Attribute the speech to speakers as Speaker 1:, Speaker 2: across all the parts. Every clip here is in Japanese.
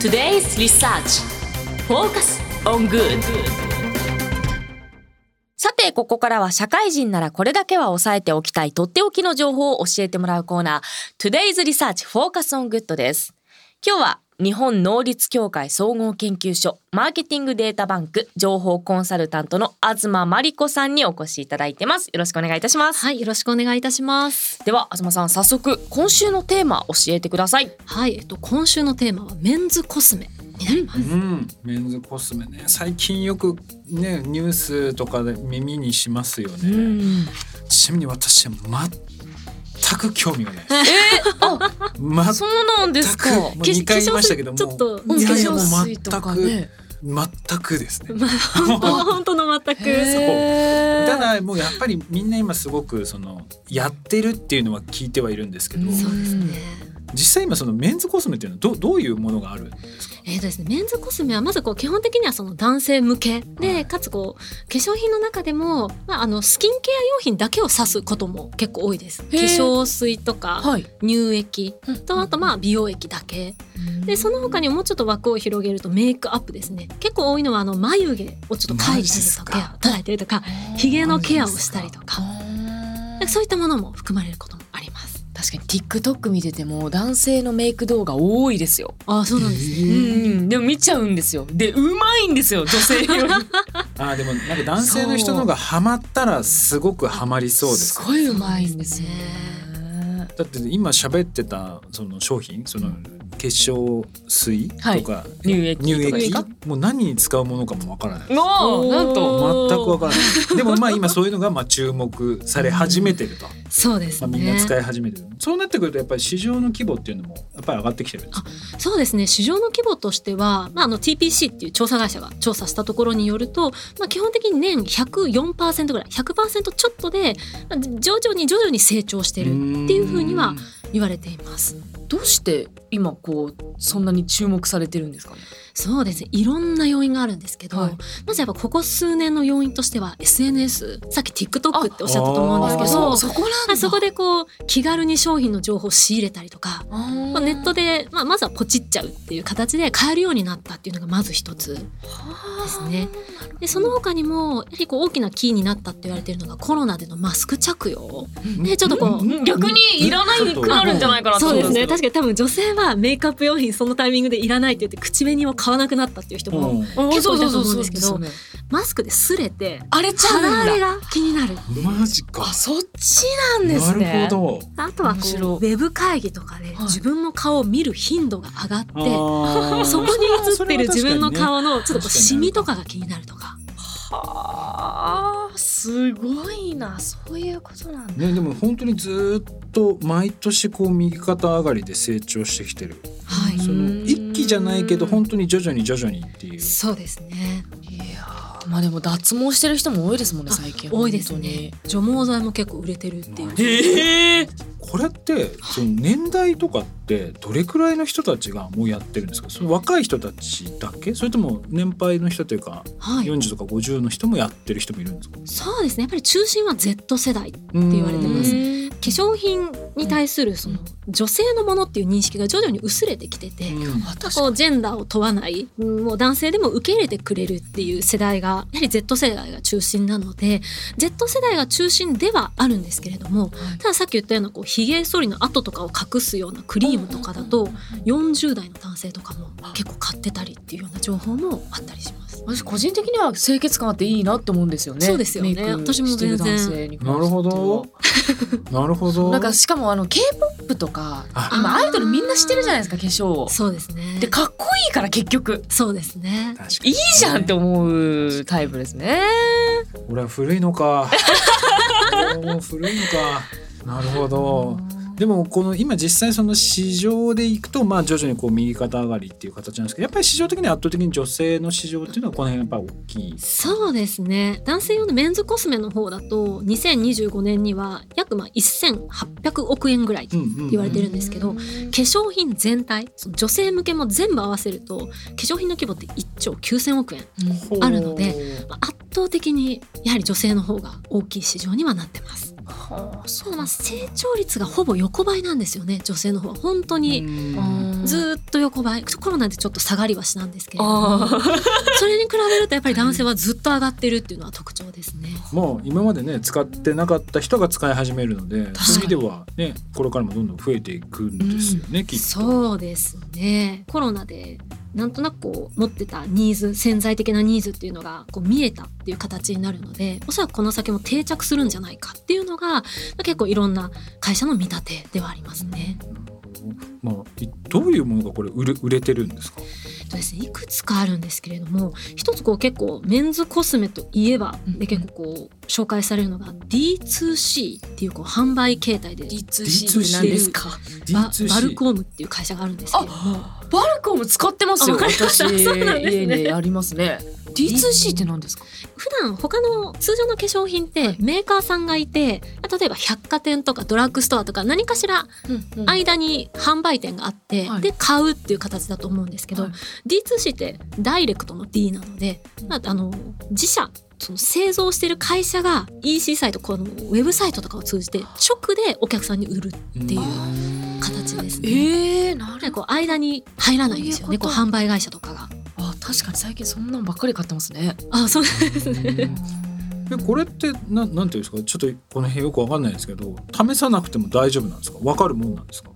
Speaker 1: Today's Research Focus on Good
Speaker 2: さて、ここからは社会人ならこれだけは押さえておきたいとっておきの情報を教えてもらうコーナー Today's Research Focus on Good です。今日は日本能率協会総合研究所マーケティングデータバンク情報コンサルタントの東真理子さんにお越しいただいてます。よろしくお願いいたします。
Speaker 3: はい、よろしくお願いいたします。
Speaker 2: では、東さん早速今週のテーマ教えてください。
Speaker 3: はい、えっと今週のテーマはメンズコスメになります。
Speaker 4: うん、メンズコスメね最近よくねニュースとかで耳にしますよね、
Speaker 2: ん。
Speaker 4: ちなみに私は全く興味がない
Speaker 2: えあ、
Speaker 4: 全
Speaker 2: そうなんです
Speaker 4: く
Speaker 2: か。
Speaker 4: もう2回言いましたけども
Speaker 3: ちょっと
Speaker 2: うん
Speaker 4: いやいやもう
Speaker 2: 化粧
Speaker 4: 全
Speaker 2: 水とか
Speaker 4: く
Speaker 2: ね
Speaker 4: 全くですね
Speaker 3: まあ本当本当の全く。
Speaker 2: へー
Speaker 4: ただもうやっぱりみんな今すごくそのやってるっていうのは聞いてはいるんですけど、
Speaker 2: うん
Speaker 3: そうですね。
Speaker 4: 実際今そのメンズコスメっていうのはどどういうものがあるんですか
Speaker 3: えーとですね、メンズコスメはまずこう基本的にはその男性向けでかつこう化粧品の中でも、まあ、あのスキンケア用品だけを指すことも結構多いです化
Speaker 2: へー
Speaker 3: 粧水とか
Speaker 2: はい。
Speaker 3: 乳液とあとまあ美容液だけでその他にもうちょっと枠を広げるとメイクアップですね結構多いのはあの眉毛をちょっと描いたりとかケアを叩いたりとかひげのケアをしたりとかなんかそういったものも含まれることもあります
Speaker 2: 確かに TikTok 見てても男性のメイク動画多いですよ。
Speaker 3: ああそうなんですね、
Speaker 4: え
Speaker 2: う
Speaker 4: ー
Speaker 2: ん、でも見ちゃうんですよ。でうまいんですよ女性よ り。
Speaker 4: あーでもなんか男性の人の方がハマったらすごくハマりそうです
Speaker 2: ごいうまいんですよね。
Speaker 4: だって今喋ってたその商品その化粧水とか、
Speaker 2: はい乳液
Speaker 4: 乳
Speaker 2: と
Speaker 4: 液
Speaker 2: か
Speaker 4: もう何に使うものかもわからない全
Speaker 2: の
Speaker 3: おー
Speaker 2: なんと
Speaker 3: お
Speaker 4: くわからないでもまあ今そういうのがまあ注目され始めてると、
Speaker 3: そうです
Speaker 4: まあ、
Speaker 3: ね、
Speaker 4: みんな使い始めてる、そうなってくるとやっぱり市場の規模っていうのもやっぱり上がってきてるんです
Speaker 3: そうですね市場の規模としては、まあ、あの TPC っていう調査会社が調査したところによると、まあ、基本的に年104%ぐらい100%ちょっとでまあ徐々に徐々に成長してるっていうふうには言われています。
Speaker 2: どうして今こうそんなに注目されてるんですかね。
Speaker 3: そうですねいろんな要因があるんですけど、
Speaker 2: はい
Speaker 3: まずやっぱここ数年の要因としては SNS さっき TikTok っておっしゃったと思うんですけ
Speaker 4: あ
Speaker 3: どそ
Speaker 4: そ
Speaker 3: う
Speaker 2: そこなん
Speaker 3: ま
Speaker 2: だ。
Speaker 3: あそこでこう気軽に商品の情報を仕入れたりとか、
Speaker 2: あー
Speaker 3: まあネットで、まあ、まずはポチっちゃうっていう形で買えるようになったっていうのがまず一つですね。でその他にもやはりこう大きなキーになったって言われているのがコロナでのマスク着用。ねちょっとこう
Speaker 2: うん逆にいらないくなるんじゃないかなと
Speaker 3: そう
Speaker 2: 思
Speaker 3: で
Speaker 2: ん
Speaker 3: すね
Speaker 2: けど
Speaker 3: 確かに多分女性はメイクアップ用品そのタイミングでいらないって言って口紅を買わなくなったっていう人も、
Speaker 4: うん
Speaker 3: 結構い
Speaker 2: そ
Speaker 3: た
Speaker 2: う
Speaker 3: と
Speaker 2: そう
Speaker 3: 思う
Speaker 2: そ
Speaker 3: ん
Speaker 2: う
Speaker 3: ですけど
Speaker 2: そうですよね
Speaker 3: マスクで擦れて
Speaker 2: あれちゃ
Speaker 3: 肌
Speaker 2: うん
Speaker 3: 荒れ
Speaker 2: だ。
Speaker 3: が気になる
Speaker 4: マジか
Speaker 2: あそっちなんですね。
Speaker 4: なるほど
Speaker 3: あとはこ
Speaker 2: 面
Speaker 3: う
Speaker 2: 白い
Speaker 3: ウェブ会議とかで
Speaker 2: い
Speaker 3: 自分の顔を見る頻度が上がって、
Speaker 4: あ ー
Speaker 3: そこに映ってる自分の
Speaker 4: それは確かにね
Speaker 3: 顔のちょっとこうシミとかが気になるとか
Speaker 2: はあすごいなそういうことなんだ。
Speaker 4: ね、でも本当にずーっと毎年こう右肩上がりで成長してきてる
Speaker 3: は
Speaker 2: うん
Speaker 4: その一気じゃないけど本当に徐々に徐々にっていう
Speaker 3: いそうですね
Speaker 2: いやーまあでも脱毛してる人も多いですもんね
Speaker 3: あ
Speaker 2: 最近
Speaker 3: 多いですね除毛剤も結構売れてるっていう
Speaker 2: 本当に。へえ
Speaker 4: これってその年代とかってどれくらいの人たちがもうやってるんですかその若い人たちだけそれとも年配の人というか
Speaker 3: はい
Speaker 4: 40とか50の人もやってる人もいるんですかっ
Speaker 3: そうですねやっぱり中心は Z 世代化
Speaker 4: て
Speaker 3: 言われてます
Speaker 4: ね。
Speaker 3: 粧品に対するその女性のものっていう認識が徐々に薄れてきてて、
Speaker 4: うん
Speaker 3: こうジェンダーを問わないうんもう男性でも受け入れてくれるっていう世代がやはり Z 世代が中心なので Z 世代が中心ではあるんですけれどもたださっき言ったようなこうひげ剃りの跡とかを隠すようなクリームとかだと40代の男性とかも結構買ってたりっていうような情報もあったりします。
Speaker 2: 私個人的には清潔感あっていいなって思うんですよね。
Speaker 3: そうですよね
Speaker 2: メイク
Speaker 3: 私も全然
Speaker 2: してる男性に関して
Speaker 4: な
Speaker 2: は
Speaker 4: るほど。なるほど。
Speaker 2: なんかしかもあの K-POP とか
Speaker 4: あ
Speaker 2: 今アイドルみんなしてるじゃないですか化粧を。
Speaker 3: そうですね
Speaker 2: でかっこいいから結局
Speaker 3: そうですね
Speaker 4: 確か
Speaker 2: い
Speaker 4: に
Speaker 2: いじゃんって思うタイプですね。
Speaker 4: 俺は古いのか。もう古いのか。なるほど。でもこの今実際その市場でいくとまあ徐々にこう右肩上がりっていう形なんですけどやっぱり市場的には圧倒的に女性の市場っていうのはこの辺やっぱり大きい。
Speaker 3: そうですね男性用のメンズコスメの方だと2025年には約まあ1800億円ぐらい化
Speaker 4: うんうんうん
Speaker 3: 言われてるんですけど粧品全体その女性向けも全部合わせると化粧品の規模って1兆9,000億円
Speaker 2: うん
Speaker 3: あるのでまあ圧倒的にやはり女性の方が大きい市場にはなってます。そうまあ成長率がほぼ横ばいなんですよね女性の方は本当にずーっと横ばいコロナでちょっと下がりはしなんですけれどもそれに比べるとやっぱり男性はずっと上がってるっていうのは特徴ですね。
Speaker 4: もう今までね使ってなかった人が使い始めるので
Speaker 3: かに
Speaker 4: そういう意味ではねこれからもどんどん増えていくんですよね、きっと。
Speaker 3: そうですねコロナでなんとなくこう持ってたニーズ潜在的なニーズっていうのがこう見えたっていう形になるのでおそらくこの先も定着するんじゃないかっていうのが結構いろんな会社の見立てではありますね。
Speaker 4: まあいどういうものがこれ売れ売れてるんですか。
Speaker 3: えっとですね、いくつかあるんですけれども一つこう結構メンズコスメといえば
Speaker 2: うん
Speaker 3: で結構こう紹介されるのが D2C っていうこう販売形態で
Speaker 2: D2C って何ですか
Speaker 3: バ
Speaker 4: D2C
Speaker 3: バルコームっていう会社があるんですけれども
Speaker 2: バルコム使ってますよ
Speaker 3: あわかりま
Speaker 2: 私
Speaker 3: した そうなんですね
Speaker 2: 家でやりますね D2C って何ですか
Speaker 3: 普段他の通常の化粧品ってメーカーさんがいて例えば百貨店とかドラッグストアとか何かしら間に販売店があって、
Speaker 2: はい
Speaker 3: で買うっていう形だと思うんですけど、
Speaker 2: はい
Speaker 3: D2C ってダイレクトの D なので、まあ、あの自社その製造してる会社が EC サイトこのウェブサイトとかを通じて直でお客さんに売るっていう形ですね。
Speaker 2: えー、な
Speaker 3: なん
Speaker 2: る
Speaker 3: かこう間に入らないんですよね
Speaker 2: そう
Speaker 3: こ
Speaker 2: い
Speaker 3: う
Speaker 2: うこと
Speaker 3: 販売会社とかが。
Speaker 2: あ確かに最近そんなんばっかり買ってますね
Speaker 3: あそうですね
Speaker 4: うんえこれってななんていうんですかちょっとこの辺よくわかんないですけど試さなくても大丈夫なんですかわかるもんなんですか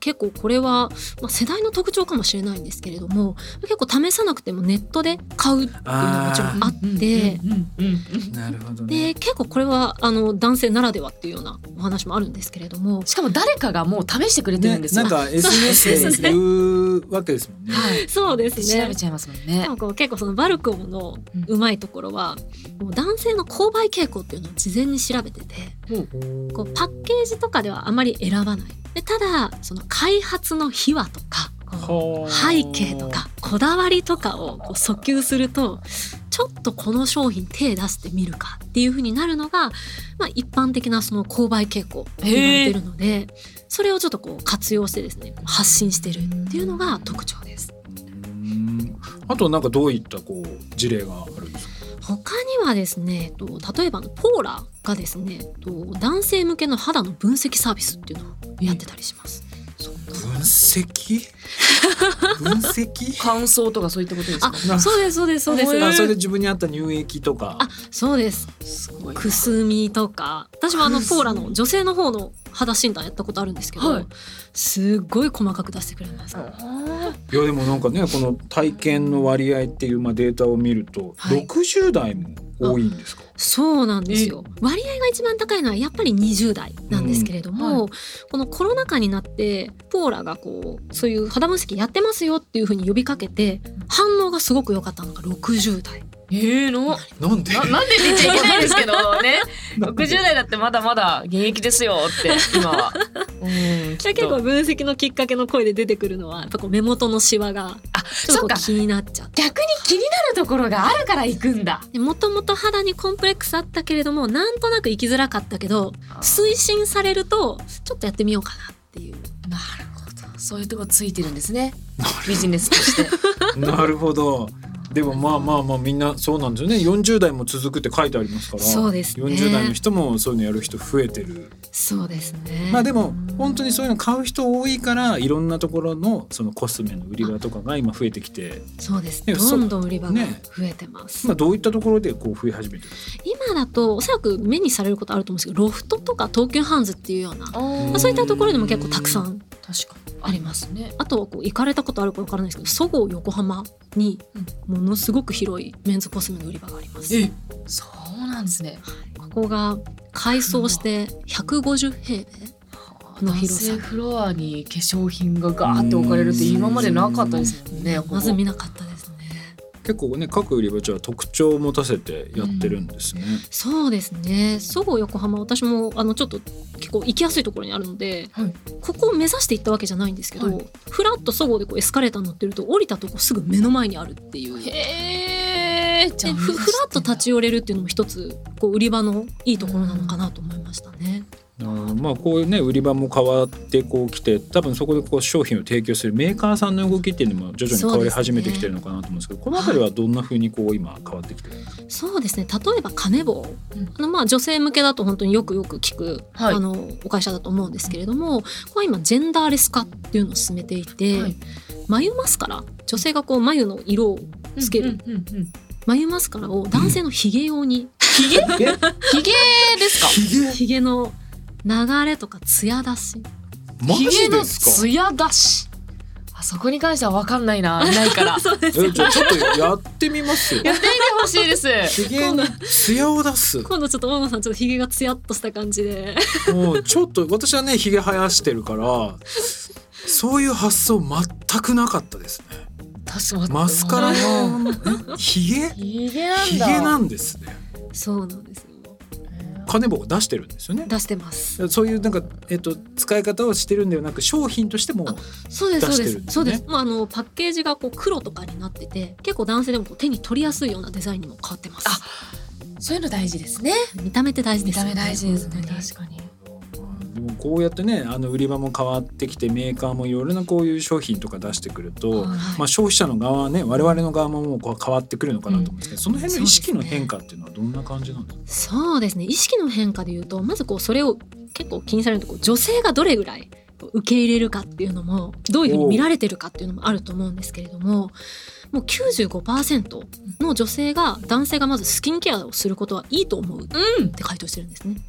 Speaker 3: 結構これは、まあ、世代の特徴かもしれないんですけれども結構試さなくてもネットで買うっていうのはもちろんあって。
Speaker 2: うんうんうんうん
Speaker 4: なるほど
Speaker 3: で結構これはあの男性ならではっていうようなお話もあるんですけれども
Speaker 2: しかも誰かがもう試してくれてる
Speaker 4: ね
Speaker 2: んです
Speaker 4: な
Speaker 2: よ、
Speaker 4: んか SNS で言うわけですもんね。
Speaker 2: はい
Speaker 3: そうです
Speaker 2: 調
Speaker 3: ね
Speaker 2: べちゃいますもん
Speaker 3: で
Speaker 2: ね
Speaker 3: もこう結構そのバルコムのうまいところは、もう男性の購買傾向っていうのを事前に調べててこうパッケージとかではあまり選ばないでただその開発の秘話とかこう
Speaker 4: はあ
Speaker 3: 背景とかこだわりとかをこう訴求するとちょっとこの商品手出してみるかっていう風になるのが、まあ、一般的なその購買傾向と言われてるのでそれをちょっとこう活用してですね発信してるっていうのが特徴です。
Speaker 4: うんあとなんかどういったこう事例があるんですか。
Speaker 3: 他にはですねえっと例えばあのポーラがですねえっと男性向けの肌の分析サービスっていうのをやってたりします。
Speaker 4: 分 析？分析？
Speaker 2: 感想とかそういったことですか
Speaker 4: な
Speaker 3: そうですそうですそうです。
Speaker 4: あそれで自分に合った乳液とか。
Speaker 3: あそうです
Speaker 2: すごい
Speaker 3: くすみとか私もあの
Speaker 2: くすみ
Speaker 3: ポーラの女性の方の肌診断やったことあるんですけど、
Speaker 2: はい
Speaker 3: すっごい細かく出してくれます。
Speaker 4: いやでもなんかねこの体験の割合っていうまあデータを見ると、
Speaker 3: はい
Speaker 4: 60代も多いんですか。
Speaker 3: そうなんですよ割合が一番高いのはやっぱり20代なんですけれども、
Speaker 2: うん
Speaker 3: このコロナ禍になってポーラがこうそういう肌分析やってますよっていうふうに呼びかけて反応がすごく良かったのが60代。
Speaker 2: えー、の
Speaker 4: なんで？
Speaker 2: ななんでって言っちゃいけないんですけど ね60代だってまだまだ現役ですよって今は うんきっ
Speaker 3: 結構
Speaker 2: と
Speaker 3: 分析のきっかけの声で出てくるのはやっぱこう目元のシワ
Speaker 2: あ
Speaker 3: がちょっと
Speaker 2: そっ
Speaker 3: こう
Speaker 2: か
Speaker 3: 気になっちゃって
Speaker 2: 逆に気になるところがあるから行くんだ
Speaker 3: でもともと肌にコンプレックスあったけれどもなんとなく生きづらかったけど推進されるとちょっとやってみようかなっていう
Speaker 2: なるほどそういうとこついてるんですねビジネスとして
Speaker 4: なるほど。でもまあまあまあみんなそうなんですよね。40代も続くって書いてありますから。
Speaker 3: そうですね
Speaker 4: 40代の人もそういうのやる人増えてる。
Speaker 3: そうですね
Speaker 4: まあでも本当にそういうの買う人多いからいろんなところのそのコスメの売り場とかが今増えてきて、
Speaker 3: そうです
Speaker 4: ねそう
Speaker 3: どんどん売り場が
Speaker 4: ね
Speaker 3: 増えてます、
Speaker 4: 今どういったところでこう増え始めてるんですか。
Speaker 3: 今だとおそらく目にされることあると思うんですけどロフトとか東急ハンズっていうような、まあ、そういったところでも結構たくさん
Speaker 2: 確かにありますね
Speaker 3: あとはこう行かれたことあるかわからないですけどそごう横浜にものすごく広いメンズコスメの売り場があります
Speaker 2: そうなんですね
Speaker 3: ここが改装して150平米の
Speaker 2: 男
Speaker 3: 広さ
Speaker 2: 性フロアに化粧品がガーって置かれるって今までなかったですもんね
Speaker 3: まず見なかったですね。
Speaker 4: 結構ね各売り場じゃ特徴を持たせてやってるんですね。
Speaker 3: そうですね。そごう横浜、私もあのちょっと結構行きやすいところにあるので、
Speaker 2: はい
Speaker 3: ここを目指して行ったわけじゃないんですけど、
Speaker 2: は
Speaker 3: ふらっとそごうでこうエスカレーターに乗ってると降りたとこすぐ目の前にあるっていう。で
Speaker 2: へえじゃあ
Speaker 3: ふふらっと立ち寄れるっていうのも一つこう売り場のいいところなのかなと思いましたね。
Speaker 4: あーまあこういうね売り場も変わってこう来て多分そこでこう商品を提供するメーカーさんの動きっていうのも徐々に変わり始めてきてるのかなと思うんですけどこの辺りはどんな風にこう今変わってきてるんですか、
Speaker 3: そうですね例えばカネボウ、
Speaker 2: うん
Speaker 3: あのまあ女性向けだと本当によくよく聞く、
Speaker 2: はい
Speaker 3: あのお会社だと思うんですけれどもこれは今ジェンダーレス化っていうのを進めていて、
Speaker 2: はい
Speaker 3: 眉マスカラ女性がこう眉の色をつける、
Speaker 2: うんうんうんうん
Speaker 3: 眉マスカラを男性のヒゲ用に、
Speaker 2: ヒゲですか
Speaker 4: ヒゲ
Speaker 3: ヒゲの流れとか艶出し
Speaker 4: マ
Speaker 2: ヒゲ
Speaker 4: ジ
Speaker 2: の
Speaker 4: ですか
Speaker 2: ツヤ出しあそこに関しては分かんないなない から
Speaker 3: そうで
Speaker 4: えじゃあちょっとやってみますよ
Speaker 2: やってみてほしいです
Speaker 4: ヒゲに艶を出す
Speaker 3: 今度ちょっと大野さんちょっとヒゲがツヤっとした感じで
Speaker 4: もうちょっと私はねひげ生やしてるからそういう発想全くなかったですね
Speaker 2: 確か
Speaker 4: マスカラのひげ
Speaker 2: ヒゲなんだ
Speaker 4: ひげなんですね
Speaker 3: そうなんですよ
Speaker 4: カネボウが出してるんですよね
Speaker 3: 出してます
Speaker 4: そういうなんか、えっと使い方をしてるんではなく商品としても
Speaker 3: そうですそう
Speaker 4: 出
Speaker 3: で
Speaker 4: して
Speaker 3: す
Speaker 4: るんですね
Speaker 3: そうですもうあのパッケージがこう黒とかになってて結構男性でもこう手に取りやすいようなデザインにも変わってます
Speaker 2: あそういうの大事ですね
Speaker 3: 見た目って大事で
Speaker 2: 見
Speaker 3: すよ
Speaker 2: た
Speaker 3: ね
Speaker 2: 目大事ですね
Speaker 3: 本当に
Speaker 2: 確かに
Speaker 4: でもこうやってねあの売り場も変わってきてメーカーもいろいろなこういう商品とか出してくる
Speaker 2: は
Speaker 4: と、
Speaker 2: い
Speaker 4: まあ、消費者の側はね我々の側ももうこう変わってくるのかなと思うんですけど、その辺の意識の変化っていうのはどんな感じなんですか
Speaker 3: そうですね意識の変化で言うとまずこうそれを結構気にされるとこう女性がどれぐらい受け入れるかっていうのもどういうふうに見られてるかっていうのもあると思うんですけれどももう95%の女性が男性がまずスキンケアをすることはいいと思うって
Speaker 2: うん
Speaker 3: 回答してるんですね。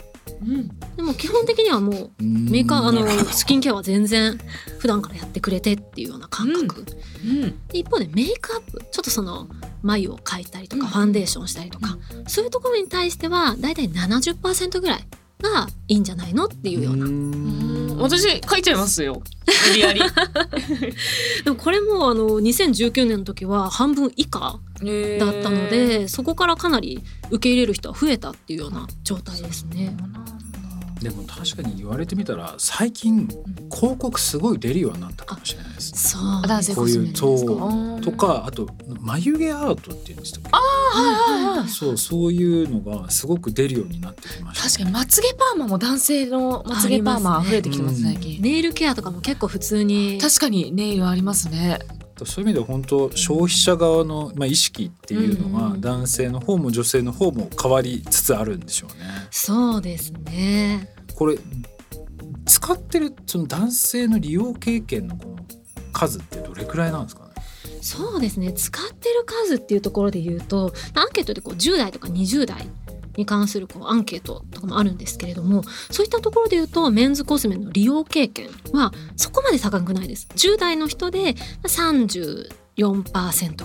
Speaker 2: うん
Speaker 3: でも基本的にはもうメーカーあ
Speaker 4: う
Speaker 3: の
Speaker 4: んなるほど
Speaker 3: スキンケアは全然普段からやってくれてっていうような感覚、
Speaker 2: うん
Speaker 3: で一方でメイクアップちょっとその眉を描いたりとか
Speaker 2: うん
Speaker 3: ファンデーションしたりとか、そういうところに対してはだいたい70%ぐらいがいいんじゃないのっていうような、
Speaker 4: うん
Speaker 2: 私書いちゃいますよ無理や り
Speaker 3: でもこれもあの2019年の時は半分以下だ
Speaker 2: だ
Speaker 3: ったので、そこからかなり受け入れる人は増えたっていうような状態ですね。
Speaker 4: でも確かに言われてみたら最近広告すごい出るようになったかもしれないですね。
Speaker 3: そう
Speaker 2: 男性
Speaker 4: こ
Speaker 2: コ
Speaker 4: う
Speaker 2: スメ
Speaker 4: い
Speaker 2: で
Speaker 4: う
Speaker 2: すか
Speaker 4: そうとかあと眉毛アートっていうんでしたっけ
Speaker 2: ああ
Speaker 4: そうそういうのがすごく出るようになってきました。
Speaker 2: 確かにまつげパーマも男性のまつげパーマ増えてきてます
Speaker 4: あ
Speaker 2: 最
Speaker 4: りますね
Speaker 2: 近、
Speaker 3: ネイルケアとかも結構普通に
Speaker 2: 確かにネイルありますね
Speaker 4: そういう意味では本当消費者側の、まあ、意識っていうの
Speaker 2: うん
Speaker 4: は
Speaker 2: うん
Speaker 4: 男性の方も女性の方も変わりつつあるんでしょうね。
Speaker 3: そうですね
Speaker 4: これ使ってるその男性の利用経験のこの数ってどれくらいなんですかね
Speaker 3: そうですね使ってる数っていうところで言うとアンケートでこう10代とか20代に関するこうアンケートとかもあるんですけれどもそういったところで言うとメンズコスメの利用経験はそこまで高くないです10代の人で34%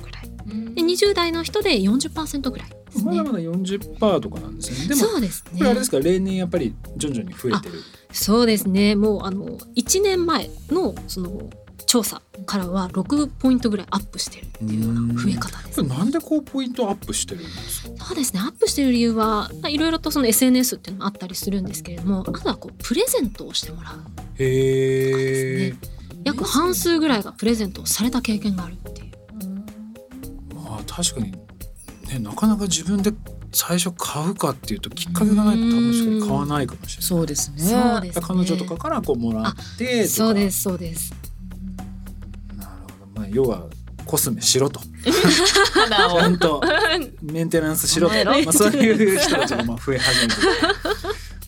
Speaker 3: ぐらいで20代の人で40%ぐらいです
Speaker 4: ま
Speaker 3: ね
Speaker 4: だまだ40%とかなんですね。でも
Speaker 3: そうです
Speaker 4: これあれで
Speaker 3: ね
Speaker 4: すか例年やっぱり徐々に増えてる。
Speaker 3: そうですねもうあの1年前のその調査からは6ポイントぐらいアップしてるっていうような増え方です
Speaker 4: これなんでこうポイントアップしてるんですか
Speaker 3: そうですねアップしてる理由はまあいろいろとその SNS っていうのもあったりするんですけれどもあとはこうプレゼントをしてもらう
Speaker 4: へえ
Speaker 3: です。約半数ぐらいがプレゼントをされた経験があるっていう
Speaker 4: まあ確かにねなかなか自分で最初買うかっていうときっかけがないと多分しか買わないかもしれない。
Speaker 2: そうですね
Speaker 3: そうですね
Speaker 4: 彼女とかからこうもらってとか
Speaker 3: そうですそうです
Speaker 4: なるほど、まあ、要はコスメしろと
Speaker 2: 肌
Speaker 4: ち
Speaker 2: を
Speaker 4: ゃんとメンテナンスしろと、
Speaker 2: お前
Speaker 4: ま
Speaker 2: ら
Speaker 4: あ、そういう人たちがまあ増え始めてる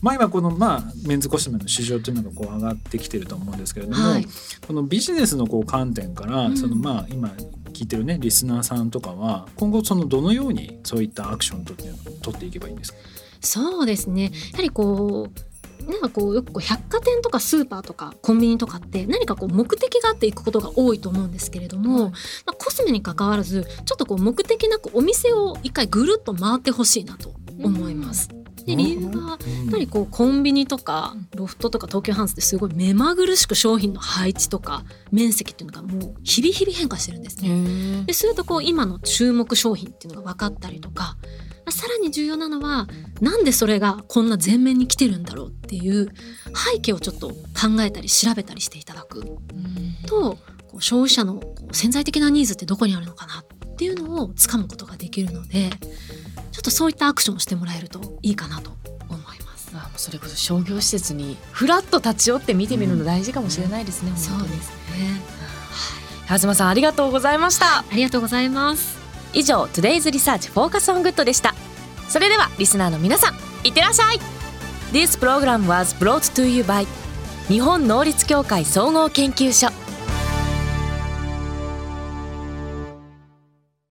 Speaker 4: まあ今このまあメンズコスメの市場というのがこう上がってきてると思うんですけれども、
Speaker 3: はい
Speaker 4: このビジネスのこう観点から、
Speaker 2: うん
Speaker 4: そのまあ今聞いてるねリスナーさんとかは今後そのどのようにそういったアクションとって取っていけばいいんですか
Speaker 3: そうですねやはりこうなんかこうよくこう百貨店とかスーパーとかコンビニとかって何かこう目的があって行くことが多いと思うんですけれども、
Speaker 2: はい
Speaker 3: まあコスメに関わらずちょっとこう目的なくお店を一回ぐるっと回ってほしいなと思います。で理由はやっぱりこうコンビニとかロフトとか東急ハンズってすごい目まぐるしく商品の配置とか面積っていうのがもう日々日々変化してるんです
Speaker 2: へ
Speaker 3: ね。
Speaker 2: ー
Speaker 3: でそういうとこう今の注目商品っていうのが分かったりとかまあさらに重要なのはなんでそれがこんな前面に来てるんだろうっていう背景をちょっと考えたり調べたりしていただくとこう消費者のこう潜在的なニーズってどこにあるのかなっていうのをつかむことができるのでちょっとそういったアクションをしてもらえるといいかなと思います。
Speaker 2: あそれこそ商業施設にふらっと立ち寄って見てみるの大事かもしれないですね、
Speaker 3: そう
Speaker 2: 本
Speaker 3: で
Speaker 2: 当に
Speaker 3: すね
Speaker 2: 東さんありがとうございました
Speaker 3: ありがとうございます
Speaker 2: 以上 Today's Research Focus on Good でしたそれではリスナーの皆さんいってらっしゃい This program was brought to you by 日本能力協会総合研究所